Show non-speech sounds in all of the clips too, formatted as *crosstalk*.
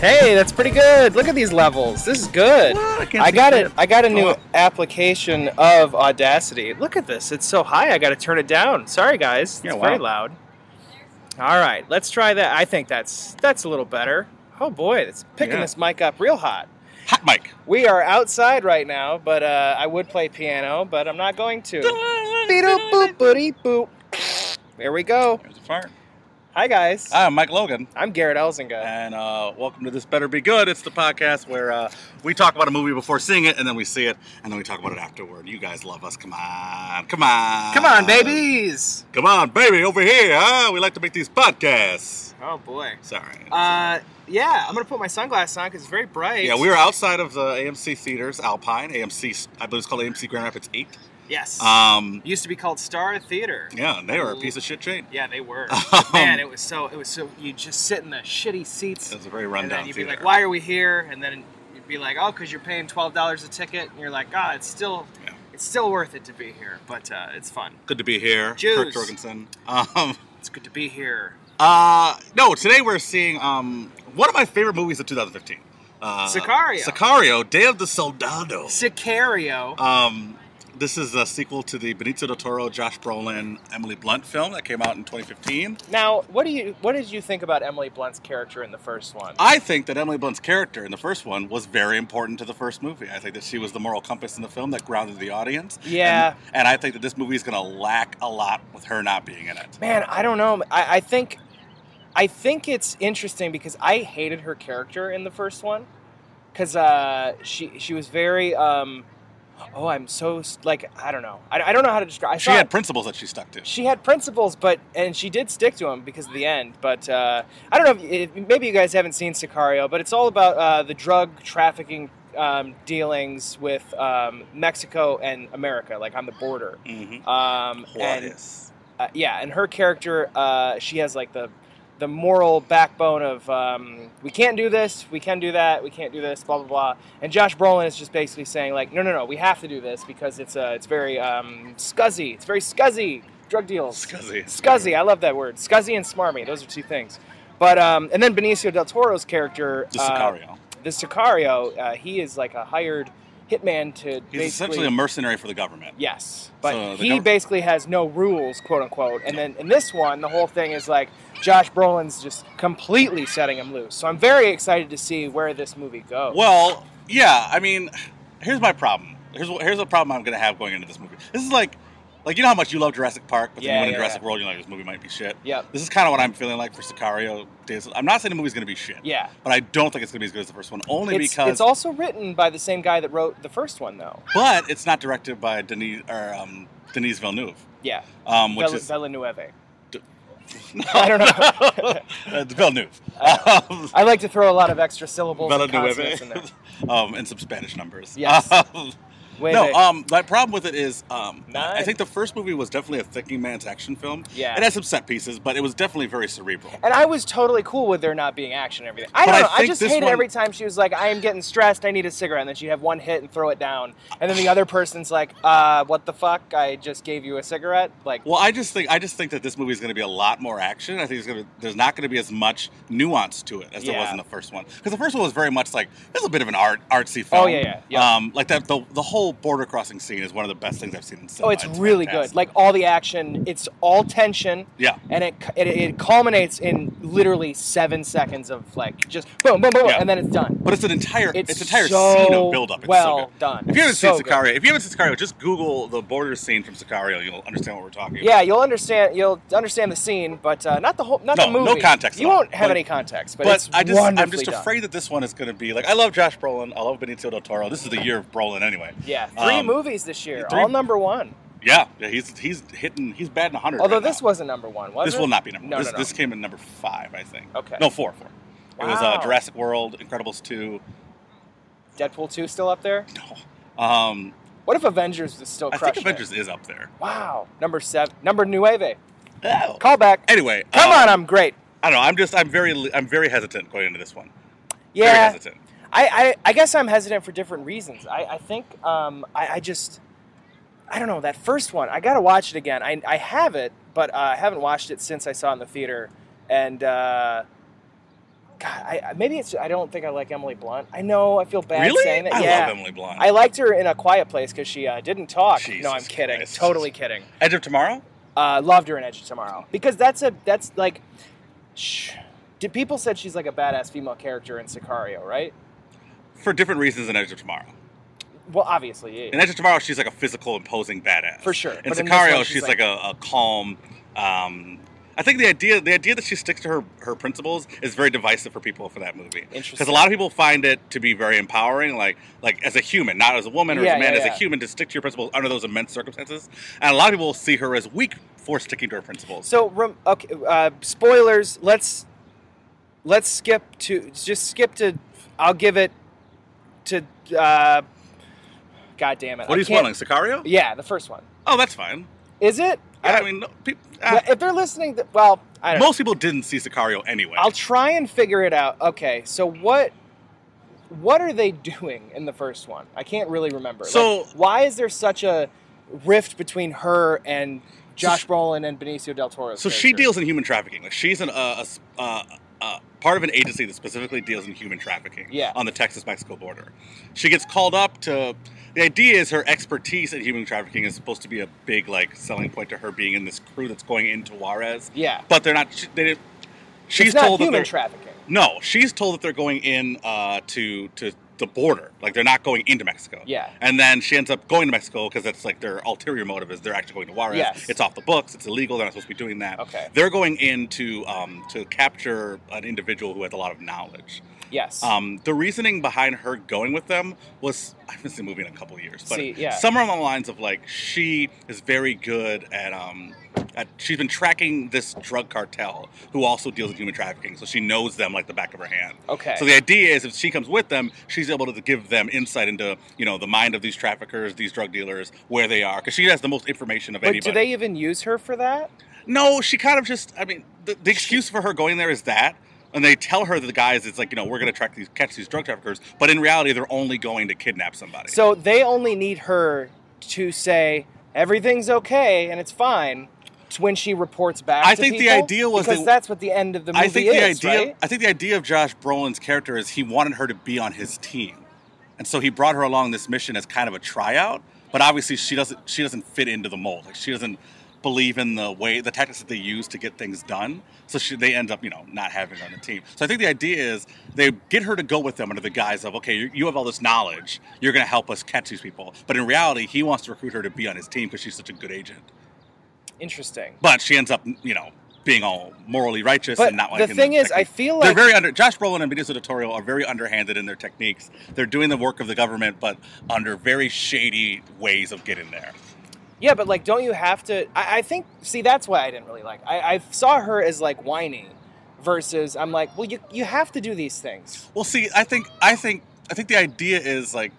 Hey, that's pretty good. Look at these levels. This is good. Well, I can't I see got shit. it. I got a new application of Audacity. Look at this. It's so high. I got to turn it down. Sorry, guys. It's Yeah, very wow. loud. All right, let's try that. I think that's that's a little better. Oh boy, it's picking Yeah. this mic up real hot. Hot mic. We are outside right now, but uh, I would play piano, but I'm not going to. Beedle boop booty boop. There we go. There's a fire. Hi guys. I'm Mike Logan, I'm Garrett Elzinga. and uh, welcome to This Better Be Good. It's the podcast where uh, we talk about a movie before seeing it, and then we see it, and then we talk about it afterward. You guys love us. Come on. Come on. Come on, babies. Come on, baby, over here. Huh? We like to make these podcasts. Oh boy. Sorry. Uh, yeah, I'm gonna put my sunglasses on because it's very bright. yeah, we were outside of the AMC theaters, Alpine, AMC, I believe it's called AMC Grand Rapids 8. Yes. Um, Used to be called Star Theater. yeah, and they were a piece of shit chain. Yeah, they *laughs* were. Um, Man, it was so. It was so. You just sit in the shitty seats, It was a very and rundown then you'd theater. be like, "Why are we here?" And then you'd be like, "Oh, because you're paying twelve dollars a ticket." And you're like, "Ah, it's still, Yeah. it's still worth it to be here." But uh, it's fun. Good to be here, Jews. Kirk Jorgensen. *laughs* Um, It's good to be here. Uh, no, today we're seeing um, one of my favorite movies of 2015. Uh, Sicario. Sicario, Day of the Soldado. Sicario. um, this is a sequel to the Benicio del Toro, Josh Brolin, Emily Blunt film that came out in 2015. now, what do you? What did you think about Emily Blunt's character in the first one? I think that Emily Blunt's character in the first one was very important to the first movie. I think that she was the moral compass in the film that grounded the audience. Yeah. And, and I think that this movie is going to lack a lot with her not being in it. Man, I don't know. I, I think, I think it's interesting because I hated her character in the first one, because uh, she she was very. Um, oh, I'm so s- like I don't know. I, I don't know how to describe. I She saw had it. principles that she stuck to. she had principles, but and she did stick to them because of the end. But uh, I don't know. If, if- maybe you guys haven't seen Sicario, but it's all about uh, the drug trafficking. Um, dealings with um, Mexico and America, like on the border. Mm-hmm. Um, and uh, yeah, and her character, uh, she has like the the moral backbone of um, we can't do this, we can do that, we can't do this, blah blah blah. And Josh Brolin is just basically saying like, no no no, we have to do this because it's uh, it's very um, scuzzy, it's very scuzzy drug deals. Scuzzy. Scuzzy, I love that word. Scuzzy and smarmy, those are two things. But um, and then Benicio del Toro's character, The uh, Sicario. the Sicario, uh, he is like a hired hitman to He's basically essentially a mercenary for the government. Yes, but So the he gov- basically has no rules, quote unquote. And then in this one, the whole thing is like Josh Brolin's just completely setting him loose. So I'm very excited to see where this movie goes. Well, yeah. I mean, here's my problem. Here's wh- here's a problem I'm gonna have going into this movie. This is like, like you know how much you love Jurassic Park, but then Yeah, you went yeah, to Jurassic yeah. World, you're like, this movie might be shit. Yep. This is kind of what I'm feeling like for Sicario. Days. I'm not saying the movie's gonna be shit. Yeah. But I don't think it's gonna be as good as the first one, only It's, because. it's also written by the same guy that wrote the first one, though. but it's not directed by Denis or um, Denise Villeneuve, Yeah, um, which Villa, is Villanueva. no, *laughs* I don't *laughs* know. uh, Villeneuve. *laughs* I Um, *laughs* I like to throw a lot of extra syllables and consonants in there. Villanueva, *laughs* um, and some Spanish numbers. Yes. *laughs* Um, Wait, no, wait. um, my problem with it is, um, I Nice. think the first movie was definitely a thinking man's action film. Yeah. It had some set pieces, but it was definitely very cerebral. And I was totally cool with there not being action and everything. I But don't I know. I, think just this hated one- every time she was like, I am getting stressed. I need a cigarette. And then she'd have one hit and throw it down. And then the other person's like, uh, what the fuck? I just gave you a cigarette. Like, Well, I just think I just think that this movie is going to be a lot more action. I think it's going to there's not going to be as much nuance to it as there was Yeah. in the first one because the first one was very much like it's a bit of an art artsy film. Oh, yeah, yeah, yeah. Um, like that the, the whole border crossing scene is one of the best things I've seen in cinema. oh, it's, really fantastic. good. Like, all the action, it's all tension. yeah. And it, it, it culminates in literally seven seconds of like just boom, boom, boom, boom, Yeah. and then it's done. But it's an entire it's, It's an entire so scene of buildup. It's so well good. done. If you haven't It's so seen good. Sicario, if you haven't seen Sicario, just Google the border scene from Sicario. You'll understand what we're talking about. Yeah, you'll understand. You'll understand the scene, but uh, not the whole, not No, the no movie. context at You all. won't have But- any context, but, But it's I just, I'm wonderfully just done. afraid that this one is going to be like I love Josh Brolin, I love Benicio del Toro. This is the year of Brolin anyway. Yeah, three Um, movies this year, three- all number one. Yeah, yeah, he's he's hitting he's batting 100. Although right this now. wasn't number one, was this it? will not be number. No, this, no, no. this came in number five, I think. Okay. No, four, four. It was uh, Wow. Jurassic World, Incredibles two. Deadpool two still up there. No, um, What if Avengers is still I crushing? think Avengers It? is up there. Wow, number seven, number nueve. Oh. Call back. Anyway, Come um, on, I'm great. I don't know. I'm just I'm very I'm very hesitant going into this one. Very Yeah, hesitant. I, I, I guess I'm hesitant for different reasons. I, I think um, I, I just, I don't know, that first one, I got to watch it again. I, I have it, but uh, I haven't watched it since I saw it in the theater. And uh, God, I, I- maybe it's I don't think I like Emily Blunt. I know I feel bad really? saying that. I yeah, love Emily Blunt. I liked her in A Quiet Place because she uh, didn't talk. no, Jesus I'm kidding. Christ. Totally kidding. Edge of Tomorrow. Uh, loved her in Edge of Tomorrow because that's a that's like, shh. Did people said she's like a badass female character in Sicario, right? For different reasons than Edge of Tomorrow. Well, obviously, In yeah. Edge of Tomorrow, she's like a physical, imposing badass. for sure. In But this Sicario, one, she's, like, a, a calm. Um, I think the idea the idea that she sticks to her her principles is very divisive for people for that movie. Because interesting. a lot of people find it to be very empowering, like like as a human, not as a woman or as Yeah, a man, yeah, as a yeah. human to stick to your principles under those immense circumstances. And a lot of people see her as weak for sticking to her principles. So, rem- okay, uh, spoilers. Let's let's skip to just skip to. I'll give it to. Uh, God damn it! what I are you can't- spoiling? Sicario? Yeah, the first one. Oh, that's fine. Is it? Yeah, I, don't- mean, no, peop ah, if they're listening, th- well, I don't. know. most people didn't see Sicario anyway. I'll try and figure it out. Okay, so what? What are they *laughs* doing in the first one? I can't really remember. Like, So- why is there such a rift between her and Josh Brolin and Benicio del Toro? So she deals in human trafficking. Like she's an, uh, a s- uh, uh, part of an agency that specifically deals in human trafficking Yeah. on the Texas-Mexico border. She gets called up to. The idea is her expertise in human trafficking is supposed to be a big like selling point to her being in this crew that's going into Juarez, Yeah, but they're not. She, they, didn't- she's it's not told that human they're trafficking. no. She's told that they're going in uh, to to the border. Like they're not going into Mexico. Yeah, And then she ends up going to Mexico because that's like their ulterior motive is they're actually going to Juarez. Yes. It's off the books. It's illegal. They're not supposed to be doing that. okay, They're going in to um, to capture an individual who has a lot of knowledge. yes. Um, the reasoning behind her going with them was I haven't seen the movie in a couple of years, but See, yeah. somewhere along the lines of like she is very good at um, at, she's been tracking this drug cartel who also deals in human trafficking, so she knows them like the back of her hand. okay. So the idea is, if she comes with them, she's able to give them insight into you know the mind of these traffickers, these drug dealers, where they are, because she has the most information of but anybody. do they even use her for that? No, she kind of just. I mean, the, the excuse for her going there is that, and they tell her that the guys, it's like you know we're gonna track these catch these drug traffickers, but in reality they're only going to kidnap somebody. So they only need her to say everything's okay and it's fine t- when she reports back. I to think the people? idea was because they- that's what the end of the movie I think is, the idea. right? I think the idea of Josh Brolin's character is he wanted her to be on his team, and so he brought her along this mission as kind of a tryout. But obviously she doesn't. She doesn't fit into the mold. Like she doesn't believe in the way the tactics that they use to get things done. So she, they end up, you know, not having her on the team. So I think the idea is they get her to go with them under the guise of, okay, you, you have all this knowledge. You're going to help us catch these people. But in reality, he wants to recruit her to be on his team because she's such a good agent. Interesting. But she ends up, you know, being all morally righteous But and not the liking thing is, I technique. feel They're like very under. Josh Brolin and Benicio del Toro are very underhanded in their techniques. They're doing the work of the government, but under very shady ways of getting there. yeah, but like, don't you have to? I, I think see that's why I didn't really like. I, I saw her as like whiny, versus I'm like, well, you you have to do these things. Well, see, I think, I think, I think the idea is like,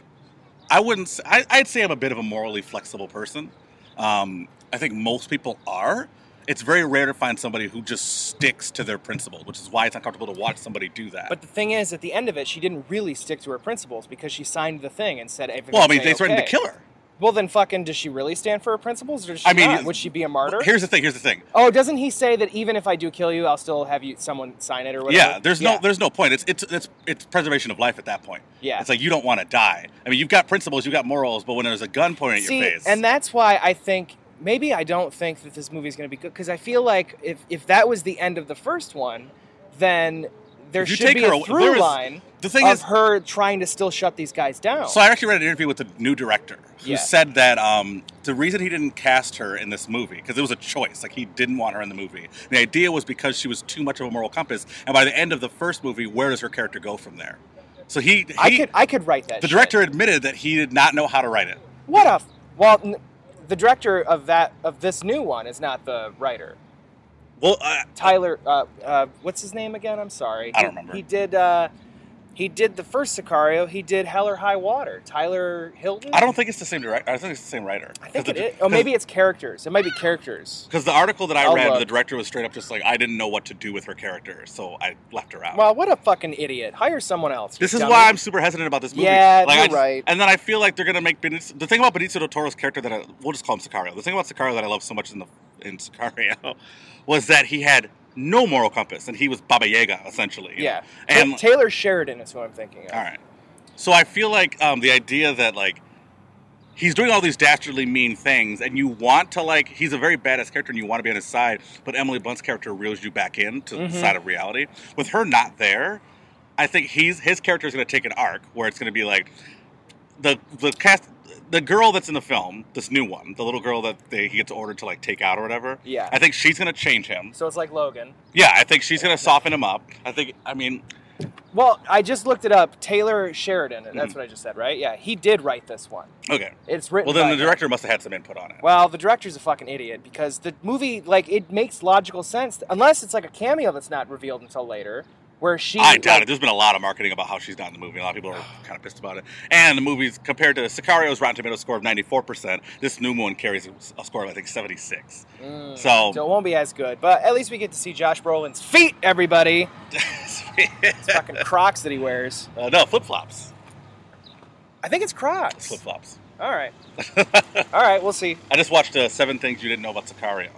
I wouldn't. s- I, would say I'm a bit of a morally flexible person. Um, I think most people are. It's very rare to find somebody who just sticks to their principles, which is why it's uncomfortable to watch somebody do that. But the thing is, at the end of it, she didn't really stick to her principles because she signed the thing and said everything. well, I mean, they threatened to kill her. Well, then, fucking, does she really stand for her principles, or does she I mean, not? Would she be a martyr? Here's the thing. Here's the thing. Oh, doesn't he say that even if I do kill you, I'll still have you someone sign it or whatever? Yeah, there's no there's no point. It's it's it's it's preservation of life at that point. yeah. It's like you don't want to die. I mean, you've got principles, you've got morals, but when there's a gun pointed at See, your face, and that's why I think maybe I don't think that this movie is going to be good because I feel like if if that was the end of the first one, then there If you should take be her a away- through there is- line the thing of is, her trying to still shut these guys down. so I actually read an interview with the new director who Yeah. said that um, the reason he didn't cast her in this movie because it was a choice. Like he didn't want her in the movie. The idea was because she was too much of a moral compass. And by the end of the first movie, where does her character go from there? So he, he I could I could write that. the shit. director admitted that he did not know how to write it. What a f- well, n- the director of that of this new one is not the writer. Well, uh, Tyler, uh, uh, what's his name again? I'm sorry. I don't He- remember. He did. Uh, he did the first Sicario. He did Hell or High Water. Tyler Hilton. I don't think it's the same director. I think it's the same writer. I think 'Cause it the- is. Oh, maybe it's characters. It might be characters. Because the article that I I'll read, look. the director was straight up just like, I didn't know what to do with her character, so I left her out. Well, what a fucking idiot! Hire someone else. this you is dummy. why I'm super hesitant about this movie. Yeah, like, I you're just- right. And then I feel like they're gonna make Benicio, the thing about Benicio del Toro's character that I, we'll just call him Sicario. The thing about Sicario that I love so much in the in Sicario *laughs* was that he had no moral compass, and he was Baba Yaga essentially. you Yeah. know? and Ta- Taylor Sheridan is who I'm thinking of. All right. So I feel like um, the idea that like he's doing all these dastardly mean things, and you want to like he's a very badass character, and you want to be on his side, but Emily Blunt's character reels you back in to Mhm. the side of reality. With her not there, I think he's his character is going to take an arc where it's going to be like the the cast. The girl that's in the film, this new one, the little girl that they, he gets ordered to like take out or whatever, Yeah. I think she's gonna change him. So it's like Logan. Yeah, I think she's gonna soften him up. I think, I mean, Well, I just looked it up. Taylor Sheridan. That's Mhm. what I just said, right? Yeah, he did write this one. okay. It's written. Well, then by the director must have had some input on it. Well, the director's a fucking idiot because the movie, like, it makes logical sense unless it's like a cameo that's not revealed until later, where she. I doubt like- it. There's been a lot of marketing about how she's not in the movie. A lot of people *sighs* are kind of pissed about it. And the movie's compared to Sicario's Rotten Tomato score of 94%. This new one carries a score of I think 76. Mm. So- um, it won't be as good, but at least we get to see Josh Brolin's feet, everybody. It's fucking Crocs that he wears. *laughs* uh, no, flip flops. I think it's Crocs. Flip flops. All *laughs* right. All right, we'll see. I just watched uh, Seven Things You Didn't Know About Sicario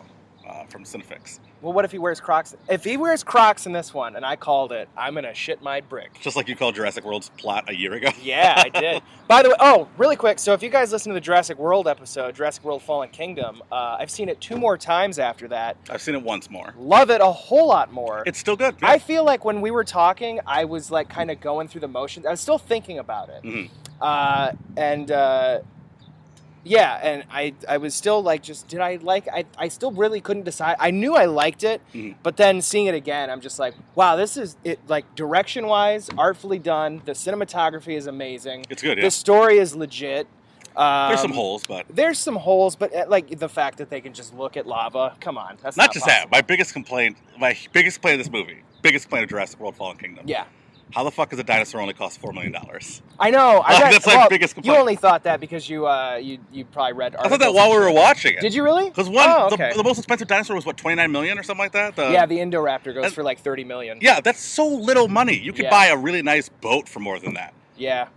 uh, from Cinefix. Well, what if he wears Crocs? If he wears Crocs in this one, and I called it, I'm gonna shit my brick. Just like you called Jurassic World's plot a year ago. *laughs* Yeah, I did. By the way, oh, really quick. So if you guys listen to the Jurassic World episode, Jurassic World Fallen Kingdom, uh, I've seen it two more times after that. I've seen it once more. Love it a whole lot more. It's still good. I feel like when we were talking, I was like kind of going through the motions. I was still thinking about it, Mhm. uh, and uh, yeah, and I I was still like, just did I like? I I still really couldn't decide. I knew I liked it, Mhm. but then seeing it again, I'm just like, wow, this is it. Like direction wise, artfully done. The cinematography is amazing. It's good, yeah. The story is legit. Um, There's some holes, but There's some holes, but uh, like the fact that they can just look at lava. Come on, that's not not just possible. that. My biggest complaint, my biggest complaint of this movie, biggest complaint of Jurassic World Fallen Kingdom. Yeah. How the fuck does a dinosaur only cost $4 million? I know. I Like, read- *laughs* that's my well, biggest You complaint. only thought that because you uh, you you probably read. I thought that articles while and we were shit. watching it. Did you really? Because one, Oh, the- okay. the, most expensive dinosaur was what twenty nine million or something like that. The- yeah, the Indoraptor goes and- for like thirty million. yeah, that's so little money. You could Yeah. buy a really nice boat for more than that. Yeah,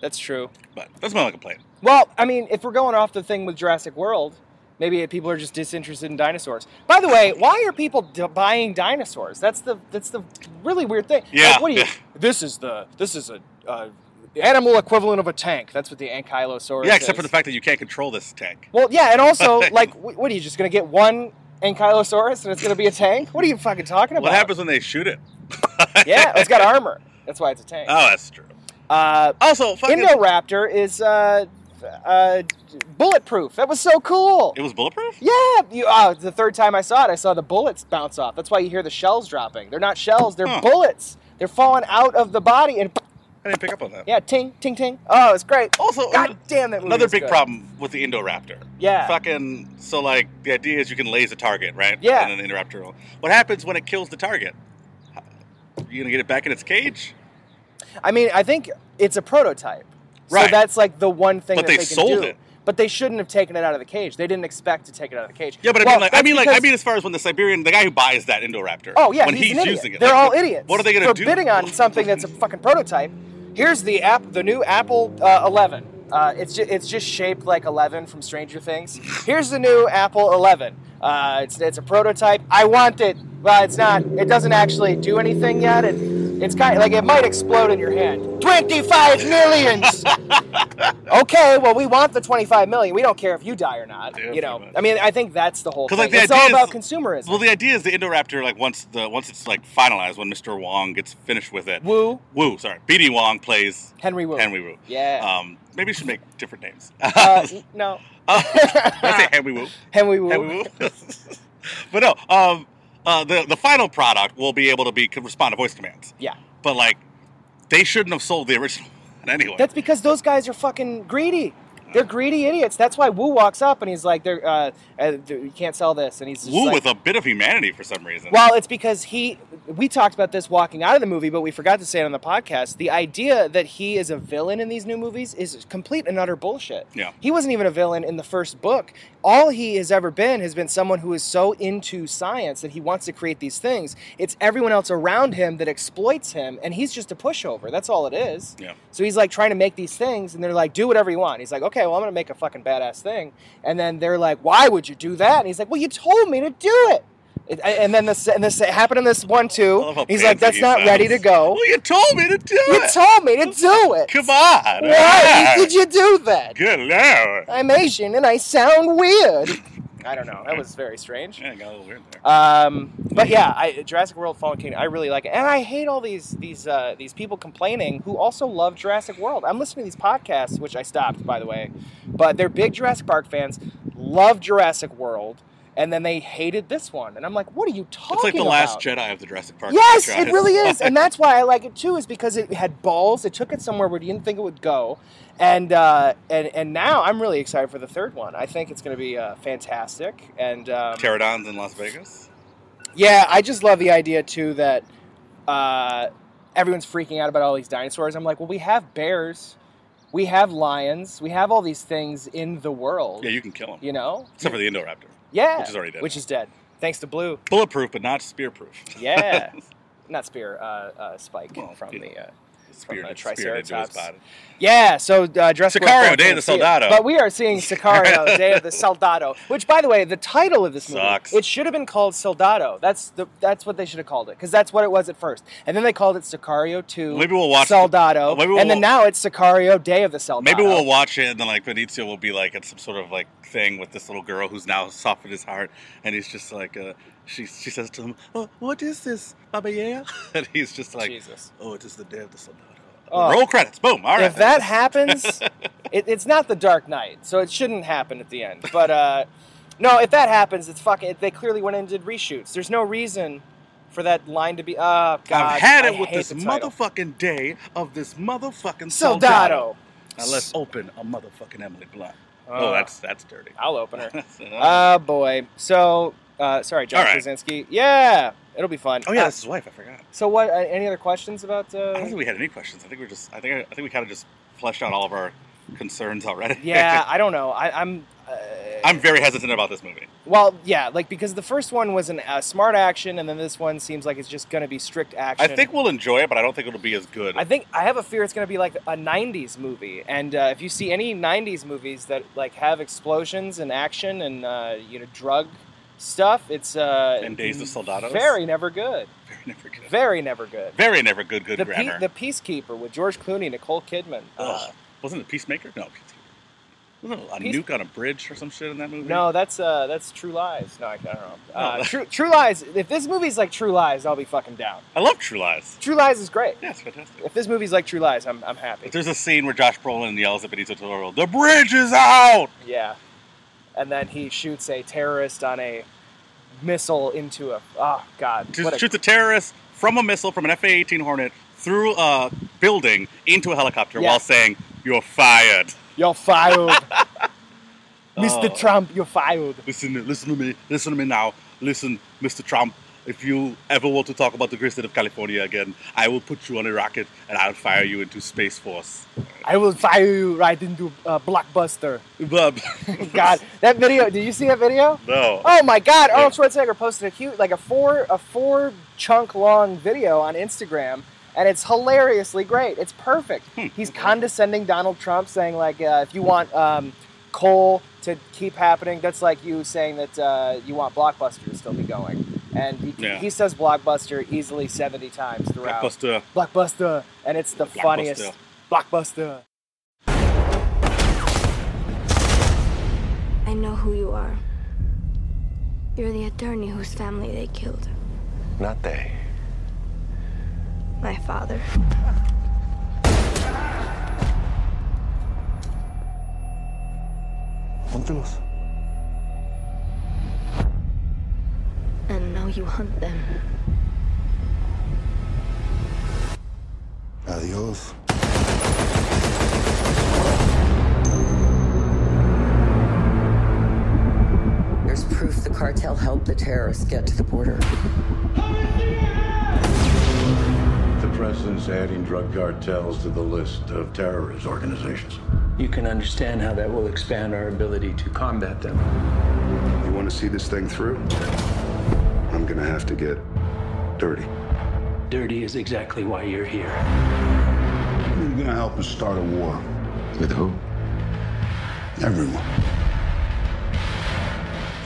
that's true. But that's my only complaint. Well, I mean, if we're going off the thing with Jurassic World, maybe people are just disinterested in dinosaurs. By the way, why are people d- buying dinosaurs? That's the that's the really weird thing. Yeah, Like, what do you? *laughs* yeah. This is the this is a. Uh, Animal equivalent of a tank. That's what the ankylosaurus. yeah, except for is. the fact that you can't control this tank. Well, yeah, and *laughs* also, like, wh- what are you just gonna get one ankylosaurus and it's gonna be a tank? What are you fucking talking about? What happens when they shoot it? *laughs* Yeah, it's got armor. That's why it's a tank. Oh, that's true. Uh, Also, fucking, Indoraptor is uh, uh, bulletproof. That was so cool. it was bulletproof. Yeah, you, uh, the third time I saw it, I saw the bullets bounce off. That's why you hear the shells dropping. They're not shells; they're Huh. bullets. They're falling out of the body, and I didn't pick up on that. yeah, ting, ting, ting. Oh, it's great. Also, God damn that movie another is big good. problem with the Indoraptor. Yeah. Fucking so like the idea is you can laser target, right? Yeah. And then the Indoraptor. will- What happens when it kills the target? You gonna get it back in its cage? I mean, I think it's a prototype. So Right. that's like the one thing But that they can do. sold it. But they shouldn't have taken it out of the cage. They didn't expect to take it out of the cage. Yeah, but I Well, mean, like, I that's mean, like, because- I mean, as far as when the Siberian, the guy who buys that Indoraptor. Oh yeah, when he's, an idiot. using it, They're like, all what- idiots. What are they gonna for do? bidding on something that's a fucking prototype? Here's the app, the new Apple uh, 11. Uh, it's ju- it's just shaped like 11 from Stranger Things. Here's the new Apple 11. Uh, it's it's a prototype. I want it. Well, it's not. It doesn't actually do anything yet. It, it's kind of like it might explode in your hand. 25 *laughs* millions. okay, well we want the 25 million. We don't care if you die or not. Yeah, you know. pretty much. I mean, I think that's the whole 'Cause, thing. like, the it's all idea is- about consumerism. Well, the idea is the Indoraptor, like once the once it's like finalized, when Mr. Wong gets finished with it, Woo, Woo, sorry, BD Wong plays Henry Woo. Henry Woo. Yeah. Um, maybe you should make different *laughs* names. *laughs* Uh, n- no. Uh, I say Henry Woo. Henry Wu. Henry Woo. *laughs* but no, um, uh, the the final product will be able to be can respond to voice commands. Yeah. But like, they shouldn't have sold the original *laughs* one anyway. That's because those guys are fucking greedy. They're greedy idiots. That's why Wu walks up and he's like, "They're uh, uh, th- you can't sell this," and he's just Woo like, with a bit of humanity for some reason. Well, it's because he. We talked about this walking out of the movie, but we forgot to say it on the podcast. The idea that he is a villain in these new movies is complete and utter bullshit. Yeah. He wasn't even a villain in the first book. All he has ever been has been someone who is so into science that he wants to create these things. It's everyone else around him that exploits him, and he's just a pushover. That's all it is. Yeah. So he's like trying to make these things, and they're like, do whatever you want. He's like, okay, well, I'm going to make a fucking badass thing. And then they're like, why would you do that? And he's like, well, you told me to do it. It, and then this and this it happened in this one I love too. how He's like, pansy "That's he not ready to sounds. go." Well, you told me to do You it. told me to do it. Come on. Why did you do that? Good lord. I'm Asian and I sound *laughs* weird. I don't know. That was very strange. Yeah, it got a little weird there. Um, but yeah, I, Jurassic World: Fallen Kingdom. I really like it, and I hate all these these uh, these people complaining who also love Jurassic World. I'm listening to these podcasts, which I stopped by the way, but they're big Jurassic Park fans, love Jurassic World, and then they hated this one, and I'm like, what are you talking? It's like the about? last Jedi of the Jurassic Park. Yes, franchise. it really is, and that's why I like it too. Is because it had balls. It took it somewhere where you didn't think it would go, and uh, and and now I'm really excited for the third one. I think it's going to be uh, fantastic. And um, *laughs* Pterodons in Las Vegas. yeah, I just love the idea too that uh, everyone's freaking out about all these dinosaurs. I'm like, well, we have bears, we have lions, we have all these things in the world. Yeah, you can kill them. you know, Except for the Indoraptor, yeah, which is already dead. which is dead. Thanks to Blue. bulletproof, but not spearproof. *laughs* Yeah. Not spear, uh, uh, spike Well, from yeah. the uh, Spear, the spear into his Triceratops. body. Yeah, so uh, Jurassic Sicario, World Day of Fallen, we'll the see it. Soldado. But we are seeing *laughs* Sicario, Day of the Soldado, which, by the way, the title of this movie Sucks. it should have been called Soldado. That's the that's what they should have called it because that's what it was at first, and then they called it Sicario Two. Maybe we'll watch- Soldado, maybe we'll- and then now it's Sicario Day of the Soldado. Maybe we'll watch it, and then like Benicio will be like at some sort of like thing with this little girl who's now softened his heart, and he's just like, uh, she she says to him, oh, "What is this, Baba Yaga?" *laughs* and he's just like, Jesus. "Oh, it is the day of the soldado." Oh. Roll credits, boom! All right. If *laughs* that happens, it, it's not the Dark Knight, so it shouldn't happen at the end. But uh, no, if that happens, it's fucking. They clearly went in and did reshoots. There's no reason for that line to be. Uh, God, I've had it I with hate this the title. motherfucking day of this motherfucking Soldado. soldado. Now let's open a motherfucking Emily Blunt. oh, Uh, that's that's dirty. I'll open *laughs* her. oh Ah, boy. So, uh, sorry, John All right. Oh, Krasinski. Yeah, it'll be fun. yeah, Uh, that's his wife. I forgot. so, what? Uh, any other questions about? I don't Uh, think we had any questions. I think we are just. I think. I think we kind of just fleshed out all of our concerns already. yeah, I don't know. I, I'm. Uh, I'm very hesitant about this movie. well, yeah, like because the first one was an uh, smart action, and then this one seems like it's just going to be strict I action. think we'll enjoy it, but I don't think it'll be as good. I think I have a fear it's going to be like a '90s movie, and uh, if you see any '90s movies that like have explosions and action and uh, you know drug stuff, it's uh, And Days of Soldados? Very never good. very never good. Very, Very never good. never good. Good the, grammar. Pe- the Peacekeeper with George Clooney, Nicole Kidman. Uh, Ugh. Wasn't it Peacemaker? No. Wasn't it a Peace- nuke on a bridge or some shit in that movie? no, that's uh, that's True Lies. No, I, I don't know. Uh, Oh. True, True Lies. If this movie's like True Lies, I'll be fucking down. I love True Lies. True Lies is great. Yeah, it's fantastic. If this movie's like True Lies, I'm, I'm happy. But there's a scene where Josh Brolin yells at Benito del Toro, "The bridge is out!" Yeah, and then he shoots a terrorist on a missile into a. Oh God! Just What a, shoots a terrorist from a missile from an F-18 Hornet through a building into a helicopter Yeah. while saying, "You're fired." you're *laughs* fired, Mr. Oh. Trump. You're fired. Listen, listen to me. Listen to me now. Listen, Mr. Trump. If you ever want to talk about the great state of California again, I will put you on a rocket and I'll fire you into Space Force. *laughs* I will fire you right into uh, blockbuster. But *laughs* God, that video. Did you see that video? no. Oh my God! Yeah. Arnold Schwarzenegger posted a huge, like a four, a four chunk long video on Instagram, and it's hilariously great. It's perfect. Hmm. He's condescending Donald Trump, saying like, uh, if you want um, coal to keep happening, that's like you saying that uh, you want Blockbuster to still be going. And he, Yeah. he says Blockbuster easily seventy times throughout. Blockbuster. Blockbuster, and it's the funniest Blockbuster. I know who you are. You're the attorney whose family they killed. Not they. My father. Póntelos. And now you hunt them. Adiós. There's proof the cartel helped the terrorists get to the border. The president's adding drug cartels to the list of terrorist organizations. You can understand how that will expand our ability to combat them. You want to see this thing through? I'm going to have to get dirty. Dirty is exactly why you're here. You're going to help us start a war. With who? Everyone.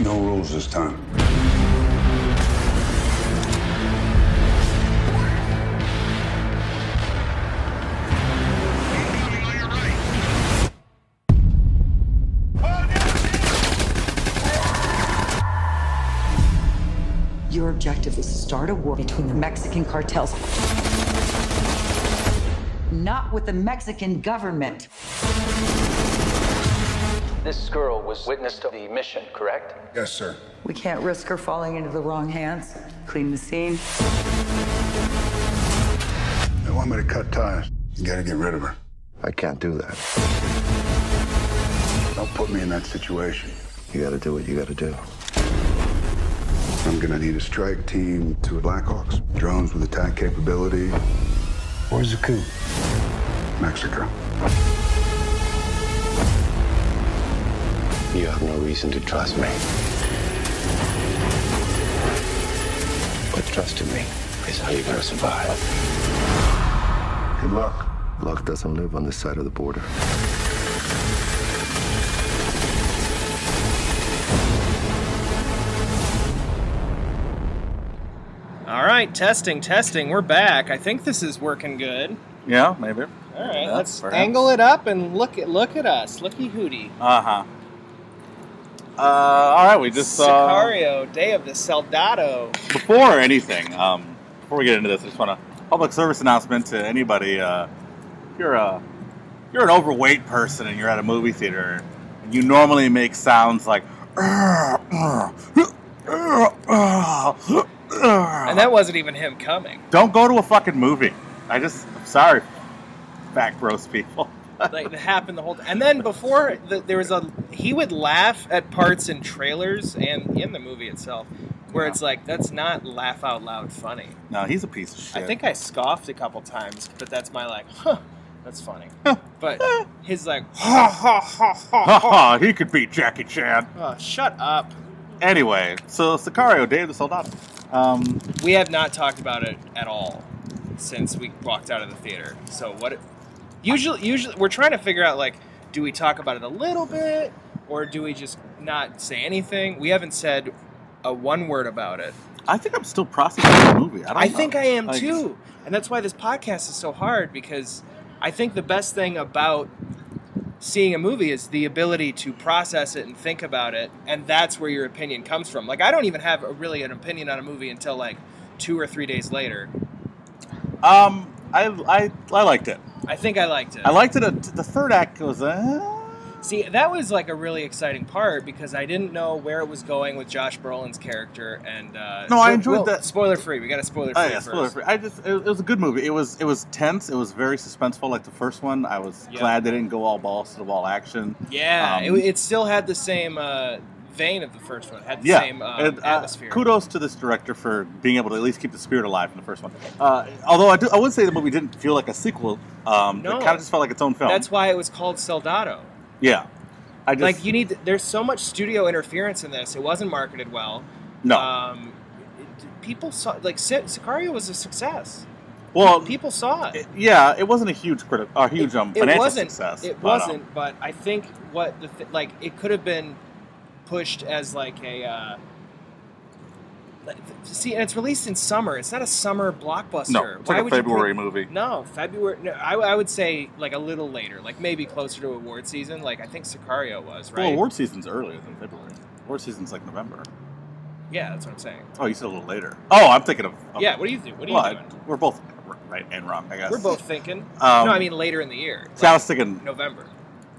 No rules this time. Your objective is to start a war between the Mexican cartels, not with the Mexican government. This girl was witness to the mission, correct? Yes, sir. We can't risk her falling into the wrong hands. Clean the scene. They want me to cut ties. You gotta get rid of her. I can't do that. Don't put me in that situation. You gotta do what you gotta do. I'm gonna need a strike team, two Blackhawks, drones with attack capability. Where's the coup? Mexico. You have no reason to trust me. But trust in me is how you're gonna survive. Good luck. Luck doesn't live on this side of the border. All right, testing, testing. We're back. I think this is working good. Yeah, maybe. All right, Yeah, let's perhaps. angle it up and look at look at us. Looky hooty. Uh-huh. Uh All right, we just uh, saw. Sicario, Day of the Soldado. before anything, um, before we get into this, I just want a public service announcement to anybody. Uh, if you're a you're an overweight person and you're at a movie theater, and you normally make sounds like. And Oh. that wasn't even him *laughs* coming. don't go to a fucking movie. I just, I'm sorry, back gross people. Like that happened the whole. And then before the, there was a, he would laugh at parts in trailers and in the movie itself, where it's like that's not laugh out loud funny. No, he's a piece of shit. I think I scoffed a couple times, but that's my like, huh, that's funny. *laughs* but his like, ha ha ha ha. ha. Ha ha! *laughs* He could beat Jackie Chan. Oh, shut up. Anyway, so Sicario, Day of the Soldado. Um, We have not talked about it at all since we walked out of the theater. So what? Usually, usually we're trying to figure out like, do we talk about it a little bit, or do we just not say anything? We haven't said a one word about it. I think I'm still processing the movie. I, don't I know. think I am Like, too, and that's why this podcast is so hard because I think the best thing about seeing a movie is the ability to process it and think about it, and that's where your opinion comes from. Like I don't even have a, really an opinion on a movie until like two or three days later. Um, I, I, I liked it. I think I liked it. I liked it. At, the third act was. Uh, See, that was like a really exciting part because I didn't know where it was going with Josh Brolin's character, and uh, No, I well- enjoyed well, that. Spoiler free. We got a spoiler free. oh, yeah, spoiler first. free. I just it, it was a good movie. It was it was tense. It was very suspenseful, like the first one. I was Yeah. glad they didn't go all balls to the wall action. Yeah, Um, it, it still had the same uh, vein of the first one. It had the yeah, same um, and, uh, atmosphere. Kudos to this director for being able to at least keep the spirit alive in the first one. Uh, although I do, I would say the movie didn't feel like a sequel. Um, No. it kind of just felt like its own film. That's why it was called Soldado. yeah. I just like you need. There's so much studio interference in this. It wasn't marketed well. no. Um, it- people saw like Sic- Sicario was a success. well, People saw it. it- yeah, it wasn't a huge critic, a huge um, it financial wasn't, success. It but, um, wasn't, but I think what the th- like it could have been pushed as like a. Uh, like, th- See, and it's released in summer. It's not a summer blockbuster. No, it's Why like would you a put it- February movie. No, February. No, I, I would say like a little later, like maybe closer to award season. Like I think Sicario was right. Well, award season's earlier than February. Award season's like November. Yeah, that's what I'm saying. Oh, you said a little later. Oh, I'm thinking of. of- Yeah, what do you think? What are you well, I- doing? we're both r- right and wrong, I guess. We're both thinking. Um, no, I mean later in the year, See, I like was thinking. November.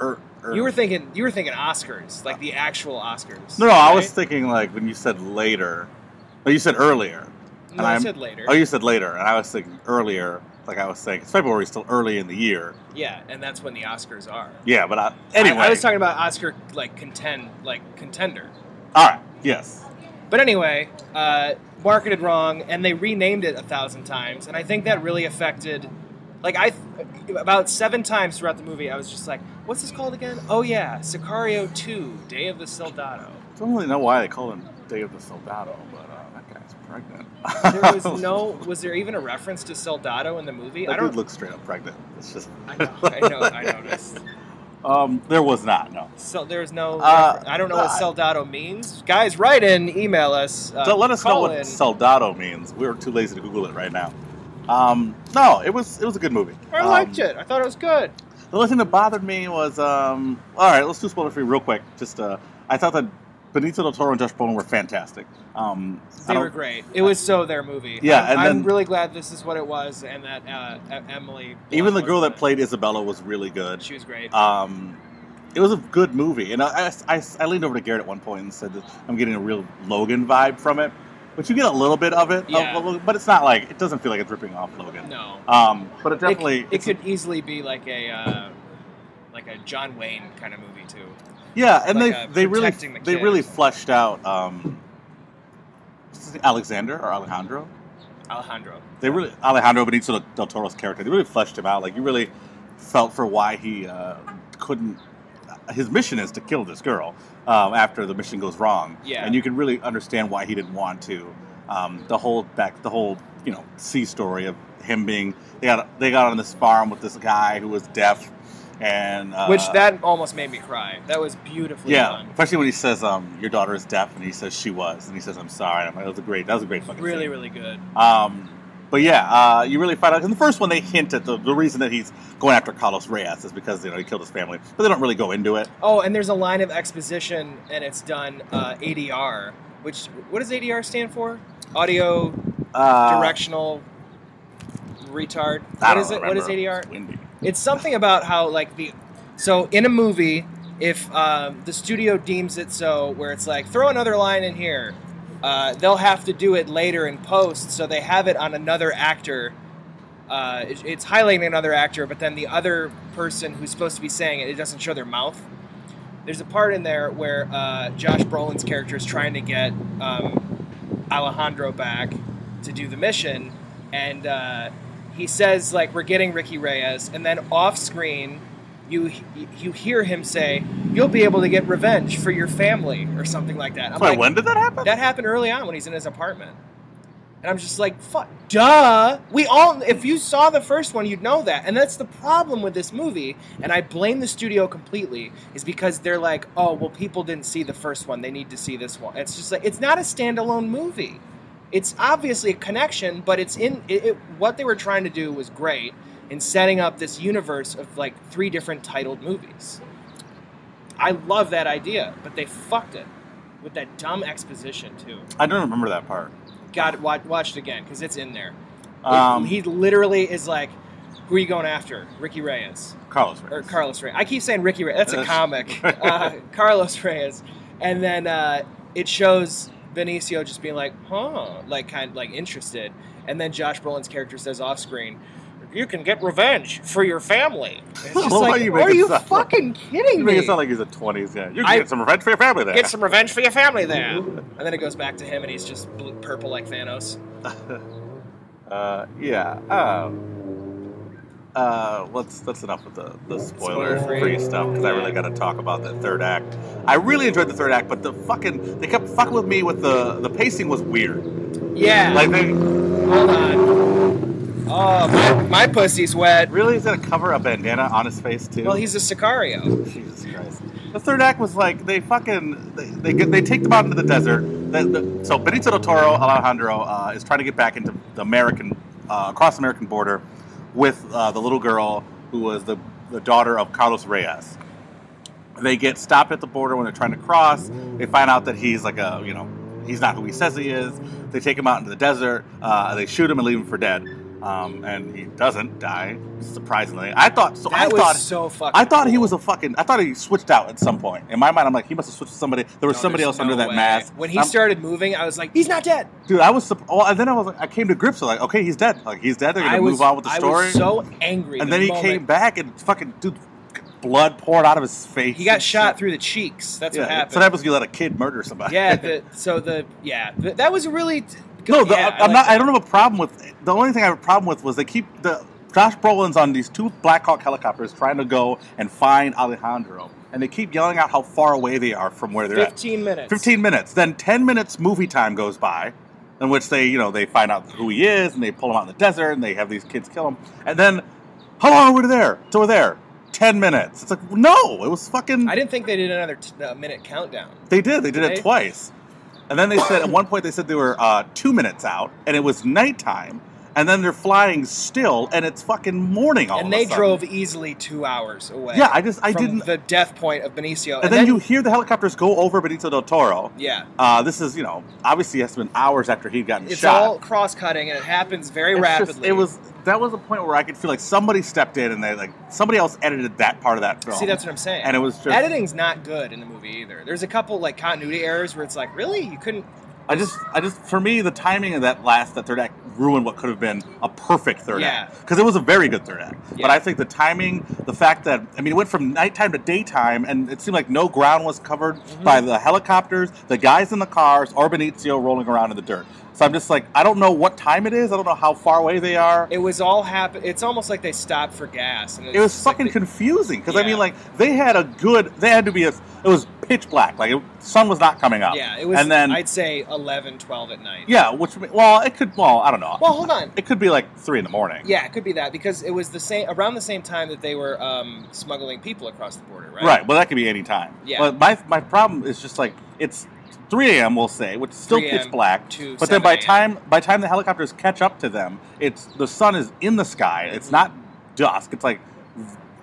er- er- You were thinking. You were thinking Oscars, like the actual Oscars. No, no, I was right? thinking like when you said later. No, you said earlier. No, I said later. Oh, you said later, and I was thinking earlier. Like I was saying, 'cause February's still early in the year. Yeah, and that's when the Oscars are. Yeah, but I, anyway. I, I was talking about Oscar like contend like contender. All right. Yes. But anyway, uh, marketed wrong, and they renamed it a thousand times, and I think that really affected. Like I, about seven times throughout the movie, I was just like, "What's this called again?" Oh yeah, Sicario Two: Day of the Soldado. I don't really know why they call him Day of the Soldado, but uh, that guy's pregnant. *laughs* There was no. Was there even a reference to Soldado in the movie? That I don't. dude looks straight up pregnant. It's just. I know. I know. I *laughs* noticed. Um, there was not no. So there's no. Uh, refer- I don't know uh, what Soldado means. Guys, write in, email us. Uh, So let us know call what in. soldado means. We were too lazy to Google it right now. Um, no, it was it was a good movie. I Um, liked it. I thought it was good. The only thing that bothered me was um, all right. Let's do spoiler free real quick. Just uh, I thought that Benicio del Toro and Josh Brolin were fantastic. Um, I They don't- were great. It was so their movie. Yeah, I'm, and I'm then- really glad this is what it was, and that uh, E- Emily. Blunt Even the was girl in that it. played Isabella was really good. she was great. Um, it was a good movie, and I, I, I leaned over to Garrett at one point and said that I'm getting a real Logan vibe from it, but you get a little bit of it, of- Yeah. of- but it's not like it doesn't feel like it's ripping off Logan. no, Um, but it definitely, It, it it's a- could easily be like a uh, like a John Wayne kind of movie too. yeah, and like, uh, they they really protecting the they kid or really something. fleshed out um, what's his name, Alexander or Alejandro. Alejandro. They really Alejandro Benicio del Toro's character. They really fleshed him out. Like you really felt for why he uh, couldn't. His mission is to kill this girl um, after the mission goes wrong. Yeah. and you can really understand why he didn't want to. Um, the whole back, the whole you know sea story of him being they got they got on this farm with this guy who was deaf, and uh, Which that almost made me cry. That was beautifully yeah, done. especially when he says um, your daughter is deaf, and he says she was, and he says I'm sorry. I'm like, that was a great that was a great fucking Really, scene. really good. Um, but yeah, uh, you really find out. In the first one, they hint at the, the reason that he's going after Carlos Reyes is because you know he killed his family, but they don't really go into it. Oh, and there's a line of exposition, and it's done uh, ADR. Which what does ADR stand for? Audio Uh, directional retard. What I don't is it? What is remember. ADR? It's windy. It's something about how like the so in a movie, if um, the studio deems it so, where it's like throw another line in here, uh, they'll have to do it later in post, so they have it on another actor. Uh, it- it's highlighting another actor, but then the other person who's supposed to be saying it, it doesn't show their mouth. There's a part in there where uh, Josh Brolin's character is trying to get um, Alejandro back to do the mission, and uh, he says like we're getting Ricky Reyes, and then off screen, you you hear him say you'll be able to get revenge for your family or something like that. I'm Wait, like, when did that happen? that happened early on when he's in his apartment, and I'm just like, fuck, duh. We all if you saw the first one, you'd know that, and that's the problem with this movie. And I blame the studio completely is because they're like, oh well, people didn't see the first one, they need to see this one. It's just like it's not a standalone movie it's obviously a connection, but it's in it, it, what they were trying to do was great in setting up this universe of like three different titled movies. I love that idea, but they fucked it with that dumb exposition too. I don't remember that part. God, watch, watch it again because it's in there. It- Um, he literally is like, "Who are you going after? Ricky Reyes?" Carlos Reyes. or Carlos Reyes. I keep saying Ricky Reyes. That's a That's- *laughs* comic. uh, Carlos Reyes, and then uh, it shows Benicio just being like, huh, like kind like interested, and then Josh Brolin's character says off screen. You can get revenge for your family. It's just *laughs* Why like, are you are making you sound- fucking kidding You me? make it sound like he's a twenties. Yeah, you can I- get some revenge for your family there. Get some revenge for your family *laughs* there. And then it goes back to him, and he's just blue, purple like Thanos. uh, yeah. Um, uh, let's that's enough with the, the spoiler free Spoiler-free. stuff because I really got to talk about the third act. I really enjoyed the third act, but the fucking they kept fucking with me with the the pacing was weird. Yeah. Like they hold on. Oh, my, my pussy's wet. really is gonna cover a bandana on his face too. Well, he's a Sicario. Jesus Christ. The third act was like they fucking they they, get, they take them out into the desert. The, the, so Benito del Toro Alejandro uh, is trying to get back into the American uh, across the American border with uh, the little girl who was the the daughter of Carlos Reyes. They get stopped at the border when they're trying to cross. They find out that he's like a you know he's not who he says he is. They take him out into the desert. Uh, they shoot him and leave him for dead. Um, and he doesn't die surprisingly. I thought so. I That was thought so fucking. I thought he cool. was a fucking. I thought he switched out at some point. In my mind, I'm like, he must have switched to somebody. There was No, somebody there's else no under that way. mask. When he I'm- started moving, I was like, he's not dead. dude, I was. sup- Well, and then I was like, I came to grips with like, okay, he's dead. Like he's dead. They're gonna I move was, on with the I story. was so angry. and the then he moment- came back and fucking dude, blood poured out of his face. He got and shot shit. through the cheeks. That's yeah, what happened. So that was you let a kid murder somebody. yeah. The, so the yeah th- that was really *laughs* No, the, yeah, I, am like not. that. I don't have a problem with. The only thing I have a problem with was they keep the Josh Brolin's on these two Black Hawk helicopters trying to go and find Alejandro, and they keep yelling out how far away they are from where they're at. Fifteen minutes. 15 minutes. Then 10 minutes movie time goes by, in which they, you know, they find out who he is and they pull him out in the desert and they have these kids kill him. And then, how long are we there? So we're there. 10 minutes. It's like, no, it was fucking. I didn't think they did another t- uh, minute countdown. They did. They did Right? it twice. And then they said, at one point, they said they were uh, two minutes out and it was nighttime. and then they're flying still, and it's fucking morning all and of they a sudden. drove easily two hours away. Yeah, I just- I from didn't- the death point of Benicio, And, then, you hear the helicopters go over Benito del Toro. yeah. Uh, this is, you know, obviously it's been hours after he'd gotten It's shot. all cross cutting and it happens very It's just- rapidly. it was that was a point where I could feel like somebody stepped in and they like somebody else edited that part of that film. See, that's what I'm saying. And it was just editing's not good in the movie either. There's a couple like continuity errors where it's like, really, you couldn't. I just, I just, for me, the timing of that last, that third act ruined what could have been a perfect third Yeah. act because it was a very good third act. But Yeah. I think the timing, the fact that, I mean, it went from nighttime to daytime, and it seemed like no ground was covered Mm-hmm. by the helicopters, the guys in the cars, or Benicio rolling around in the dirt. So I'm just like, I don't know what time it is. I don't know how far away they are. It was all happen. It's almost like they stopped for gas. And it was just like fucking they- confusing because I Yeah. mean, like they had a good, they had to be a, it was pitch black, like it, sun was not coming up. Yeah, it was. and then I'd say 11, 12 at night. yeah, which well, it could, well, I don't know. Well, hold on. it could be like three in the morning. Yeah, it could be that because it was the same around the same time that they were um, smuggling people across the border, right? right. Well, that could be any time. Yeah. But my my problem is just like it's 3 a.m. We'll say, which is still 3 a.m. pitch black. to But then by 7 time by time the helicopters catch up to them, it's the sun is in the sky. It's not dusk. It's like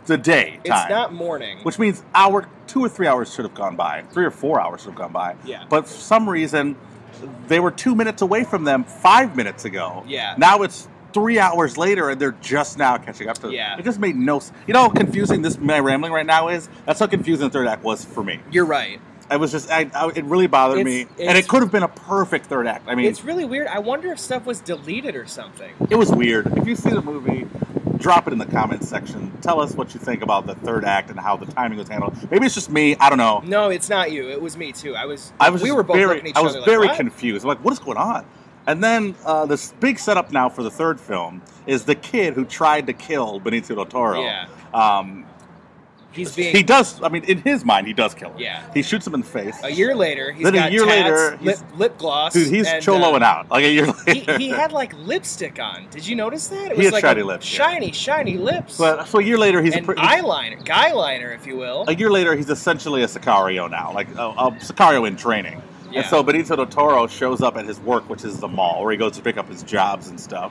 the day It's time. not morning. which means hour two or three hours should have gone by three or four hours should have gone by Yeah. but for some reason they were two minutes away from them five minutes ago Yeah. now it's three hours later and they're just now catching up to them Yeah. it just made no s- you know how confusing this my rambling right now is that's how confusing the third act was for me you're right. it was just I, I, it really bothered It's- me and it's- it could have been a perfect third act i mean It's really weird. I wonder if stuff was deleted or something. it was weird if you see the movie drop it in the comments section tell us what you think about the third act and how the timing was handled maybe it's just me i don't know No, it's not you. It was me too. I was. I was we just were both very, looking at each I was other. very like, "What?" confused. I'm like, what is going on? And then uh, this big setup now for the third film is the kid who tried to kill Benicio del Toro. Yeah. Um, He's being. he does. I mean, in his mind, he does kill him. Yeah. He shoots him in the face. a year later, he's Then a got year tats, later, lip, he's- lip gloss. Dude, he's and, choloing uh, out like a year *laughs* He, later. he had like lipstick on. Did you notice that? It was He had like shiny a lips, yeah. Shiny, shiny lips. but so a year later, he's a and pretty. eyeliner, guy liner, if you will. a year later, he's essentially a Sicario now, like a, a Sicario in training. Yeah. And so Benito del Toro shows up at his work, which is the mall, where he goes to pick up his jobs and stuff.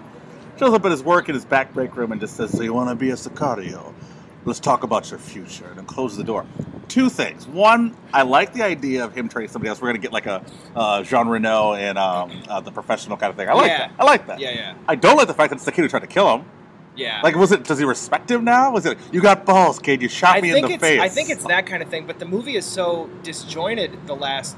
Shows up at his work in his back break room and just says, So you want to be a Sicario? Let's talk about your future. And then closes the door. Two things. One, I like the idea of him training somebody else. We're going to get like a uh, Jean Reno and um, uh, the professional kind of thing. I like Yeah. that. I like that. Yeah, yeah. I don't like the fact that it's the kid who tried to kill him. yeah. Like, was it? Does he respect him now? Was it? You got balls, kid. You shot I me think in the it's, face. I think it's that kind of thing. But the movie is so disjointed the last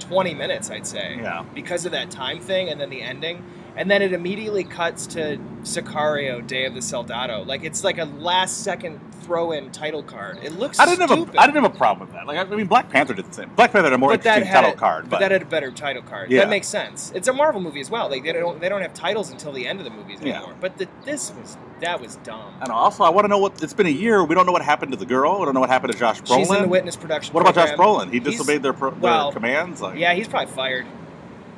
twenty minutes, I'd say. Yeah. Because of that time thing, and then the ending, and then it immediately cuts to Sicario: Day of the Soldado. Like it's like a last second throw in title card. It looks. I didn't have stupid. a I didn't have a problem with that. Like I mean, Black Panther did the same. Black Panther had a more interesting title a, card, but, that had a better title card. Yeah. That makes sense. It's a Marvel movie as well. Like they don't they don't have titles until the end of the movies Yeah. anymore. But the, this was that was dumb. and also I want to know what it's been a year. We don't know what happened to the girl. We don't know what happened to Josh Brolin. She's in the witness production. what about Josh program. Brolin? He He's- disobeyed their, pro, their well, commands. Like, Yeah, he's probably fired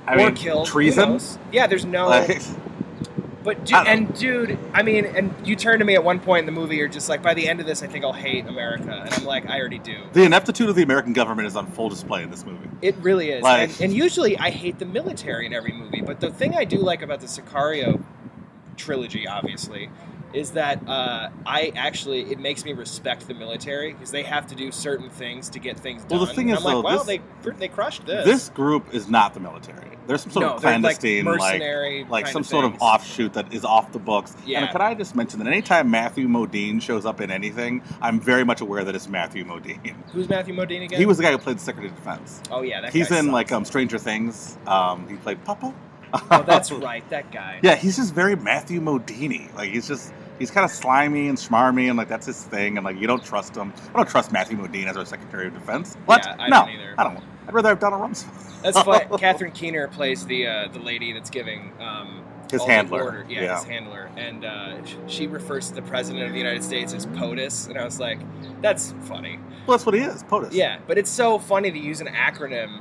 I or mean, killed. Who treason. knows? Yeah, there's no. *laughs* Like, but dude, *laughs* I don't know. and dude, I mean, and you turn to me at one point in the movie, you're just like, by the end of this, I think I'll hate America, and I'm like, I already do. the ineptitude of the American government is on full display in this movie. It really is. Like- and, and usually I hate the military in every movie, but the thing I do like about the Sicario trilogy, obviously, is that uh, I actually it makes me respect the military because they have to do certain things to get things done. Well, the thing And is, I'm like, though, wow, this- they they crushed this. This group is not the military. There's some sort No, of they're, like, clandestine, mercenary like, like kind some of sort of things. offshoot that is off the books. Yeah. And could I just mention that anytime Matthew Modine shows up in anything, I'm very much aware that it's Matthew Modine. who's Matthew Modine again? He was the guy who played the Secretary of Defense. Oh yeah, that he's guy in sucks. like um, Stranger Things. Um, he played Papa. Oh, that's *laughs* right, that guy. Yeah, he's just very Matthew Modini. Like he's just he's kind of slimy and schmarmy, and like that's his thing. And like you don't trust him. I don't trust Matthew Modine as our Secretary of Defense. What? Yeah, I no, don't either. I don't. I'd rather have Donald Rumsfeld. That's *laughs* fun. Catherine Keener plays the uh, the lady that's giving um, His all the handler, order- Yeah, yeah. his handler, and uh, sh- she refers to the president of the United States as POTUS, and I was like, that's funny. Well, that's what he is, POTUS. Yeah, but it's so funny to use an acronym.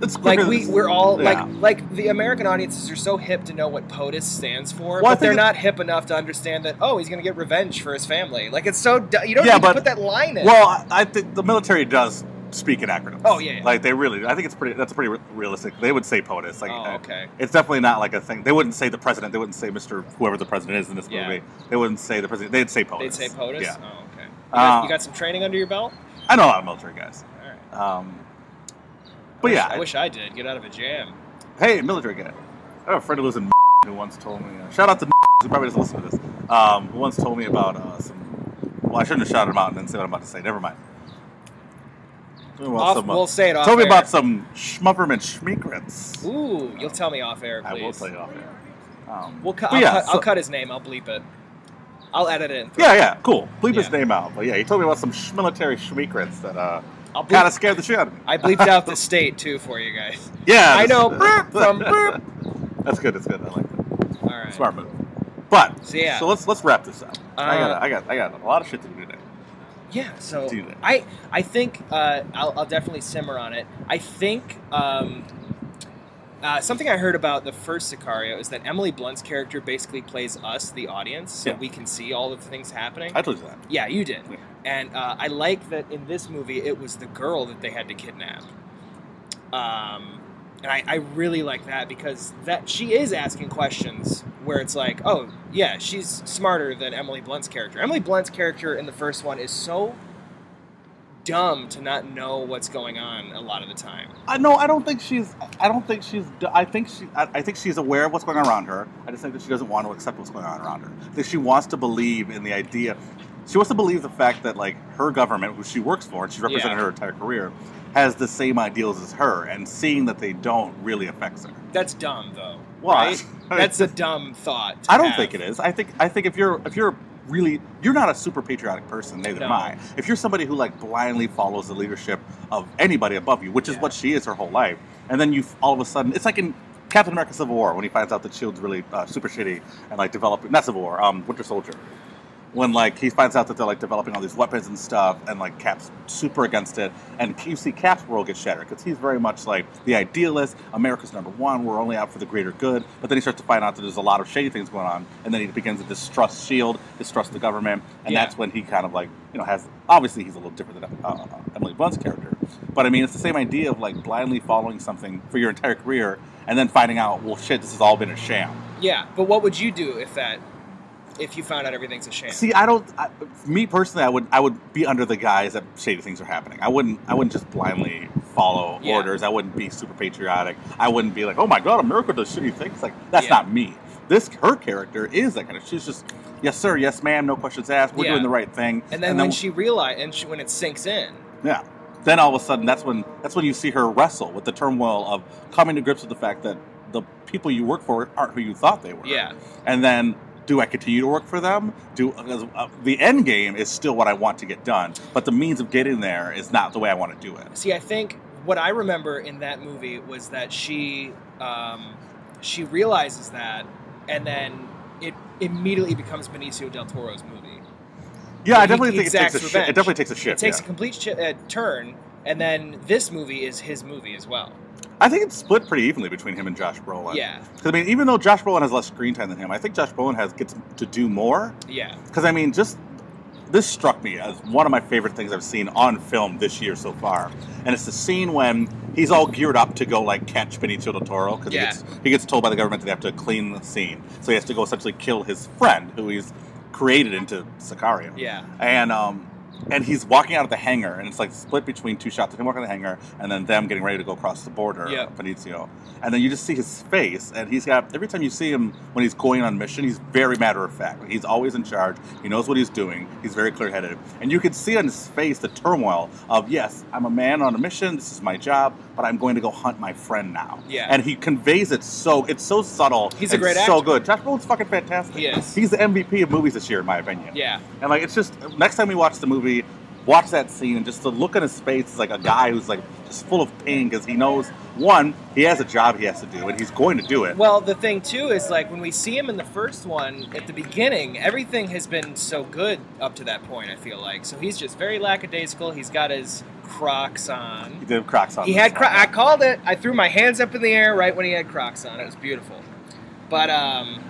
it's Like quicker we than- we're all Yeah. like like the American audiences are so hip to know what POTUS stands for, Well, I but they're think it- not hip enough to understand that oh he's gonna get revenge for his family. Like it's so du- you don't Yeah, need but- to put that line in. Well, I, I think the military does speak in acronyms. Oh, yeah, yeah. Like they really, I think it's pretty. That's pretty re- realistic. They would say POTUS. Like, Oh, uh, okay. It's definitely not like a thing. They wouldn't say the president. They wouldn't say Mister whoever the president is in this Yeah. movie. They wouldn't say the president. They'd say POTUS. They'd say POTUS. Yeah, Oh, okay. You got, Uh, you got some training under your belt. I know a lot of military guys. All right. Um, I but wish- yeah, I wish I did. Get out of a jam. Hey, military guy. I have a friend of losing *laughs* who once told me. Uh, shout out to *laughs* who probably doesn't listen to this. Um, who once told me about uh, some. Well, I shouldn't have shouted him out and then say what I'm about to say. Never mind. Told me about Off- some, uh, we'll say it off Told me air. about some schmufferman schmeekrits. Ooh, you'll tell me off air, please. I will tell you off air. Um, We'll cut. but I'll, yeah, cut so- I'll cut his name. I'll bleep it. I'll edit it. And throw Yeah, it. yeah, cool. Bleep his Yeah. name out. But yeah, he told me about some sh- military schmeekrits that uh, I'll bleep- kind of scared the shit out of me. I bleeped *laughs* out the state too for you guys. *laughs* yeah, I know. that's- Burp from burp. *laughs* that's good. That's good. I like that. All right. Smart move. But So, yeah. let's let's wrap this up. I Uh, got I got I got a lot of shit to do today. Yeah. So Do that. I I think uh, I'll, I'll definitely simmer on it. I think um, uh, something I heard about the first Sicario is that Emily Blunt's character basically plays us, the audience, so Yeah. we can see all of the things happening. I told you that. yeah, you did. Yeah. And uh, I like that in this movie, it was the girl that they had to kidnap. Um, and I, I really like that because that she is asking questions where it's like, oh yeah, she's smarter than Emily Blunt's character. Emily Blunt's character in the first one is so dumb to not know what's going on a lot of the time. I no, I don't think she's. I don't think she's. d- I think she. I, I think she's aware of what's going on around her. I just think that she doesn't want to accept what's going on around her. I think she wants to believe in the idea. She wants to believe the fact that like her government, who she works for, and she's represented Yeah. her entire career, has the same ideals as her, and seeing that they don't really affects her. That's dumb though. Why? *laughs* Right? That's a dumb thought. to I don't have. think it is. I think I think if you're if you're really you're not a super patriotic person, neither am No. I. If you're somebody who like blindly follows the leadership of anybody above you, which is Yeah. what she is her whole life, and then you f- all of a sudden it's like in Captain America: Civil War when he finds out that Shield's really uh, super shitty and like developing not Civil War, um, Winter Soldier. When like he finds out that they're like developing all these weapons and stuff, and like Cap's super against it, and you see Cap's world get shattered because he's very much like the idealist. America's number one. We're only out for the greater good. But then he starts to find out that there's a lot of shady things going on, and then he begins to distrust Shield, E distrust the government, and Yeah. that's when he kind of like you know has obviously he's a little different than uh, uh, Emily Blunt's character, but I mean it's the same idea of like blindly following something for your entire career and then finding out well shit this has all been a sham. Yeah, but what would you do if that if you found out everything's a sham? See, I don't. I, me personally, I would I would be under the guise that shady things are happening. I wouldn't I wouldn't just blindly follow Yeah. orders. I wouldn't be super patriotic. I wouldn't be like, oh my god, America does shitty things. Like that's Yeah. not me. This her character is that kind of. She's just yes sir, yes ma'am, no questions asked. We're Yeah. doing the right thing. and then when she realized, and she, when it sinks in, yeah. Then all of a sudden, that's when that's when you see her wrestle with the turmoil of coming to grips with the fact that the people you work for aren't who you thought they were. yeah, and then do I continue to work for them? Do because, uh, the end game is still what I want to get done, but the means of getting there is not the way I want to do it. See, I think what I remember in that movie was that she um, she realizes that, and then it immediately becomes Benicio del Toro's movie. Yeah, I He- definitely he think it takes exacts a shift. revenge. It definitely takes a shift. It takes yeah. a complete sh- uh, turn, and then this movie is his movie as well. I think it's split pretty evenly between him and Josh Brolin. Yeah, 'Cause, I mean, even though Josh Brolin has less screen time than him, I think Josh Brolin has gets to do more. yeah, Because I mean, just this struck me as one of my favorite things I've seen on film this year so far, and it's the scene when he's all geared up to go like catch Benicio del Toro because Yeah. he, gets, he gets told by the government that they have to clean the scene, so he has to go essentially kill his friend who he's created into Sicario yeah. and um, and he's walking out of the hangar, and it's like split between two shots of him walking out of the hangar, and then them getting ready to go across the border, Yeah. Benicio. And then you just see his face, and he's got every time you see him when he's going on mission, he's very matter of fact. He's always in charge. He knows what he's doing. He's very clear headed, and you can see on his face the turmoil of yes, I'm a man on a mission. This is my job, but I'm going to go hunt my friend now. Yeah. and he conveys it so it's so subtle. He's a and great so actor. good. Josh Brolin's fucking fantastic. He is. He's the MVP of movies this year, in my opinion. Yeah, And like, it's just next time we watch the movie, watch that scene and just the look on his face is like a guy who's like just full of pain because he knows one, he has a job he has to do and he's going to do it. Well, the thing too is like when we see him in the first one at the beginning, everything has been so good up to that point. I feel like so he's just very lackadaisical. He's got his Crocs he on. did have Crocs on. He this had Crocs. time. I called it. I threw my hands up in the air right when he had Crocs on. It was beautiful. But um,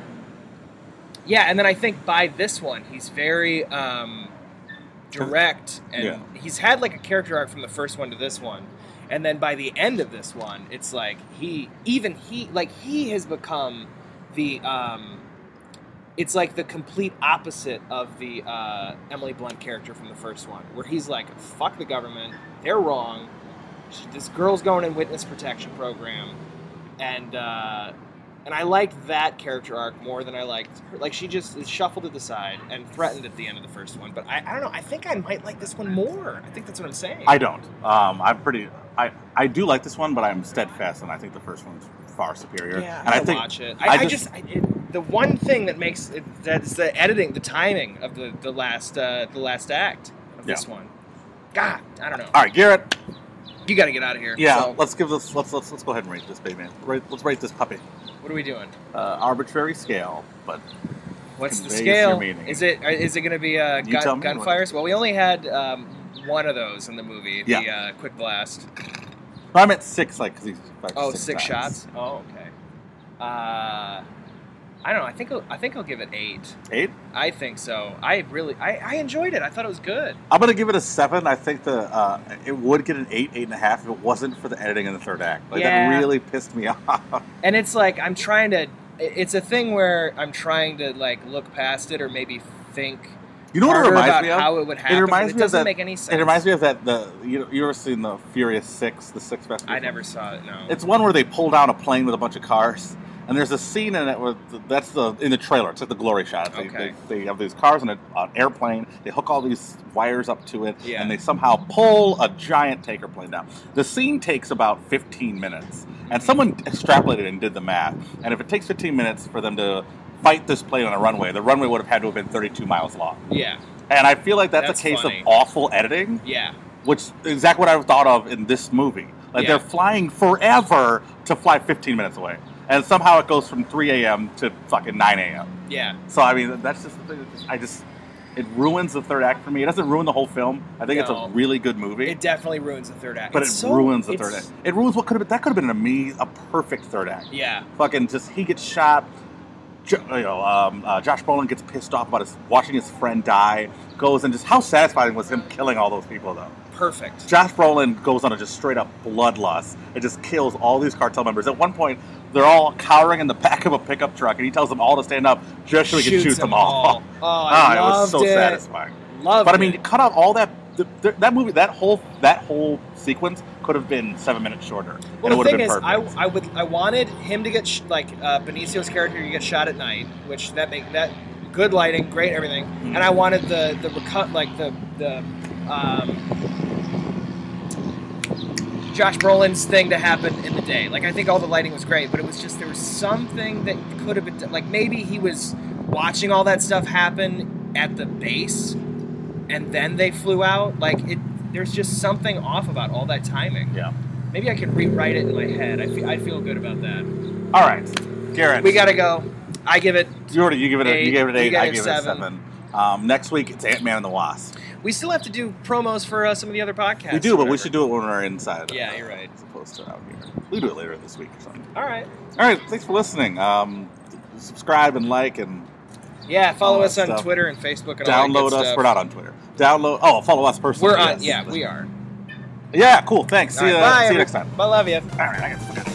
yeah, and then I think by this one, he's very um, direct, and Yeah. he's had like a character arc from the first one to this one, and then by the end of this one, it's like he even he like he has become the um, it's like the complete opposite of the uh, Emily Blunt character from the first one, where he's like, "Fuck the government, they're wrong. She- This girl's going in witness protection program," and uh, and I liked that character arc more than I liked her. Like she just is shuffled to the side and threatened at the end of the first one. But I, I don't know. I think I might like this one more. I think that's what I'm saying. I don't. Um, I'm pretty. I, I do like this one, but I'm steadfast, and I think the first one's far superior. Yeah, and I I'll think watch it. I, I I just, just- I, it, the one thing that makes it, that's the editing, the timing of the the last uh, the last act of this one. God, I don't know. All right, Garrett. You got to get out of here. Yeah, So, let's give this. Let's let's let's go ahead and rate this baby. man. Rate, let's rate this puppy. what are we doing? Uh, arbitrary scale, but What's the Conveys scale? your meaning. Is it is it going to be uh, You tell gun, me what- gunfires? Well, we only had um, one of those in the movie. The Yeah. uh, quick blast. I'm at six. Like, cause he's like Oh, six times. shots. Oh, okay. Uh, I don't know. I think I'll, I think I'll give it eight. Eight. I think so. I really I, I enjoyed it. I thought it was good. I'm gonna give it a seven. I think the uh, it would get an eight, eight and a half if it wasn't for the editing in the third act. Like Yeah. that really pissed me *laughs* off. and it's like I'm trying to. It's a thing where I'm trying to like look past it or maybe think. You know what it harder reminds about me of? How it would happen. but reminds it me of doesn't that- make any sense. It reminds me of that the you you ever seen the Furious Six, the Six Fest? I never saw it. No. It's one where they pull down a plane with a bunch of cars, and there's a scene in it where th- that's the in the trailer. It's like the glory shot. They, Okay. they, they have these cars on a, an airplane. They hook all these wires up to it, Yeah. and they somehow pull a giant tanker plane down. The scene takes about 15 minutes, and someone extrapolated and did the math. And if it takes 15 minutes for them to fight this plane on a runway, the runway would have had to have been 32 miles long. yeah. And I feel like that's, That's a case funny. of awful editing, Yeah. which is exactly what I thought of in this movie. Like Yeah. they're flying forever to fly 15 minutes away, and somehow it goes from 3 a.m. to fucking 9 a.m. Yeah. So I mean, that's just the thing. I just it ruins the third act for me. It doesn't ruin the whole film. I think No. it's a really good movie, It definitely ruins the third act. but it It's so- ruins the it's- third act. It ruins what could have been. That could have been a me a perfect third act Yeah. fucking just he gets shot. Jo- you know, um, uh, Josh Brolin gets pissed off about his watching his friend die. Goes and just how satisfying was him killing all those people though. Perfect. Josh Brolin goes on a just straight up bloodlust and just kills all these cartel members. At one point, they're all cowering in the *laughs* back of a pickup truck, and he tells them all to stand up just so he can Shoots shoot them *laughs* all. Ah, Oh, I it was loved so it. satisfying. Loved But I mean, it. cut out all that. th th that movie, that whole that whole sequence could have been seven minutes shorter. and it Well, the would have thing been is, perfect. I, I would I wanted him to get sh- like uh, Benicio's character to get shot at night, which that make that good lighting, great everything, and Mm-hmm. I wanted the the recut like the the um, Josh Brolin's thing to happen in the day. Like I think all the lighting was great, but it was just there was something that could have been done. like maybe he was watching all that stuff happen at the base, and then they flew out. Like it, there's just something off about all that timing. yeah. Maybe I could rewrite it in my head. I feel, I feel good about that. All right, Garrett. We gotta go. I give it. You already you give it a, Eight. you gave it an You eight. gave I it gave it a seven. seven. Um, next week it's Ant Man and the Wasp. We still have to do promos for uh, some of the other podcasts. we do, or but we whatever. should do it when we're inside. Yeah, uh, you're right. As opposed to out here, we do it later this week or something. All right. All right, thanks for listening. Um, subscribe and like and Yeah, follow All that us on stuff. Twitter and Facebook. And all that download good us. Stuff. We're not on Twitter. Download. Oh, follow us personally. We're on. yes. Yeah, we are. Yeah, cool. Thanks. See All you. right, bye, see you every- next time. Bye, love you. All right, I got.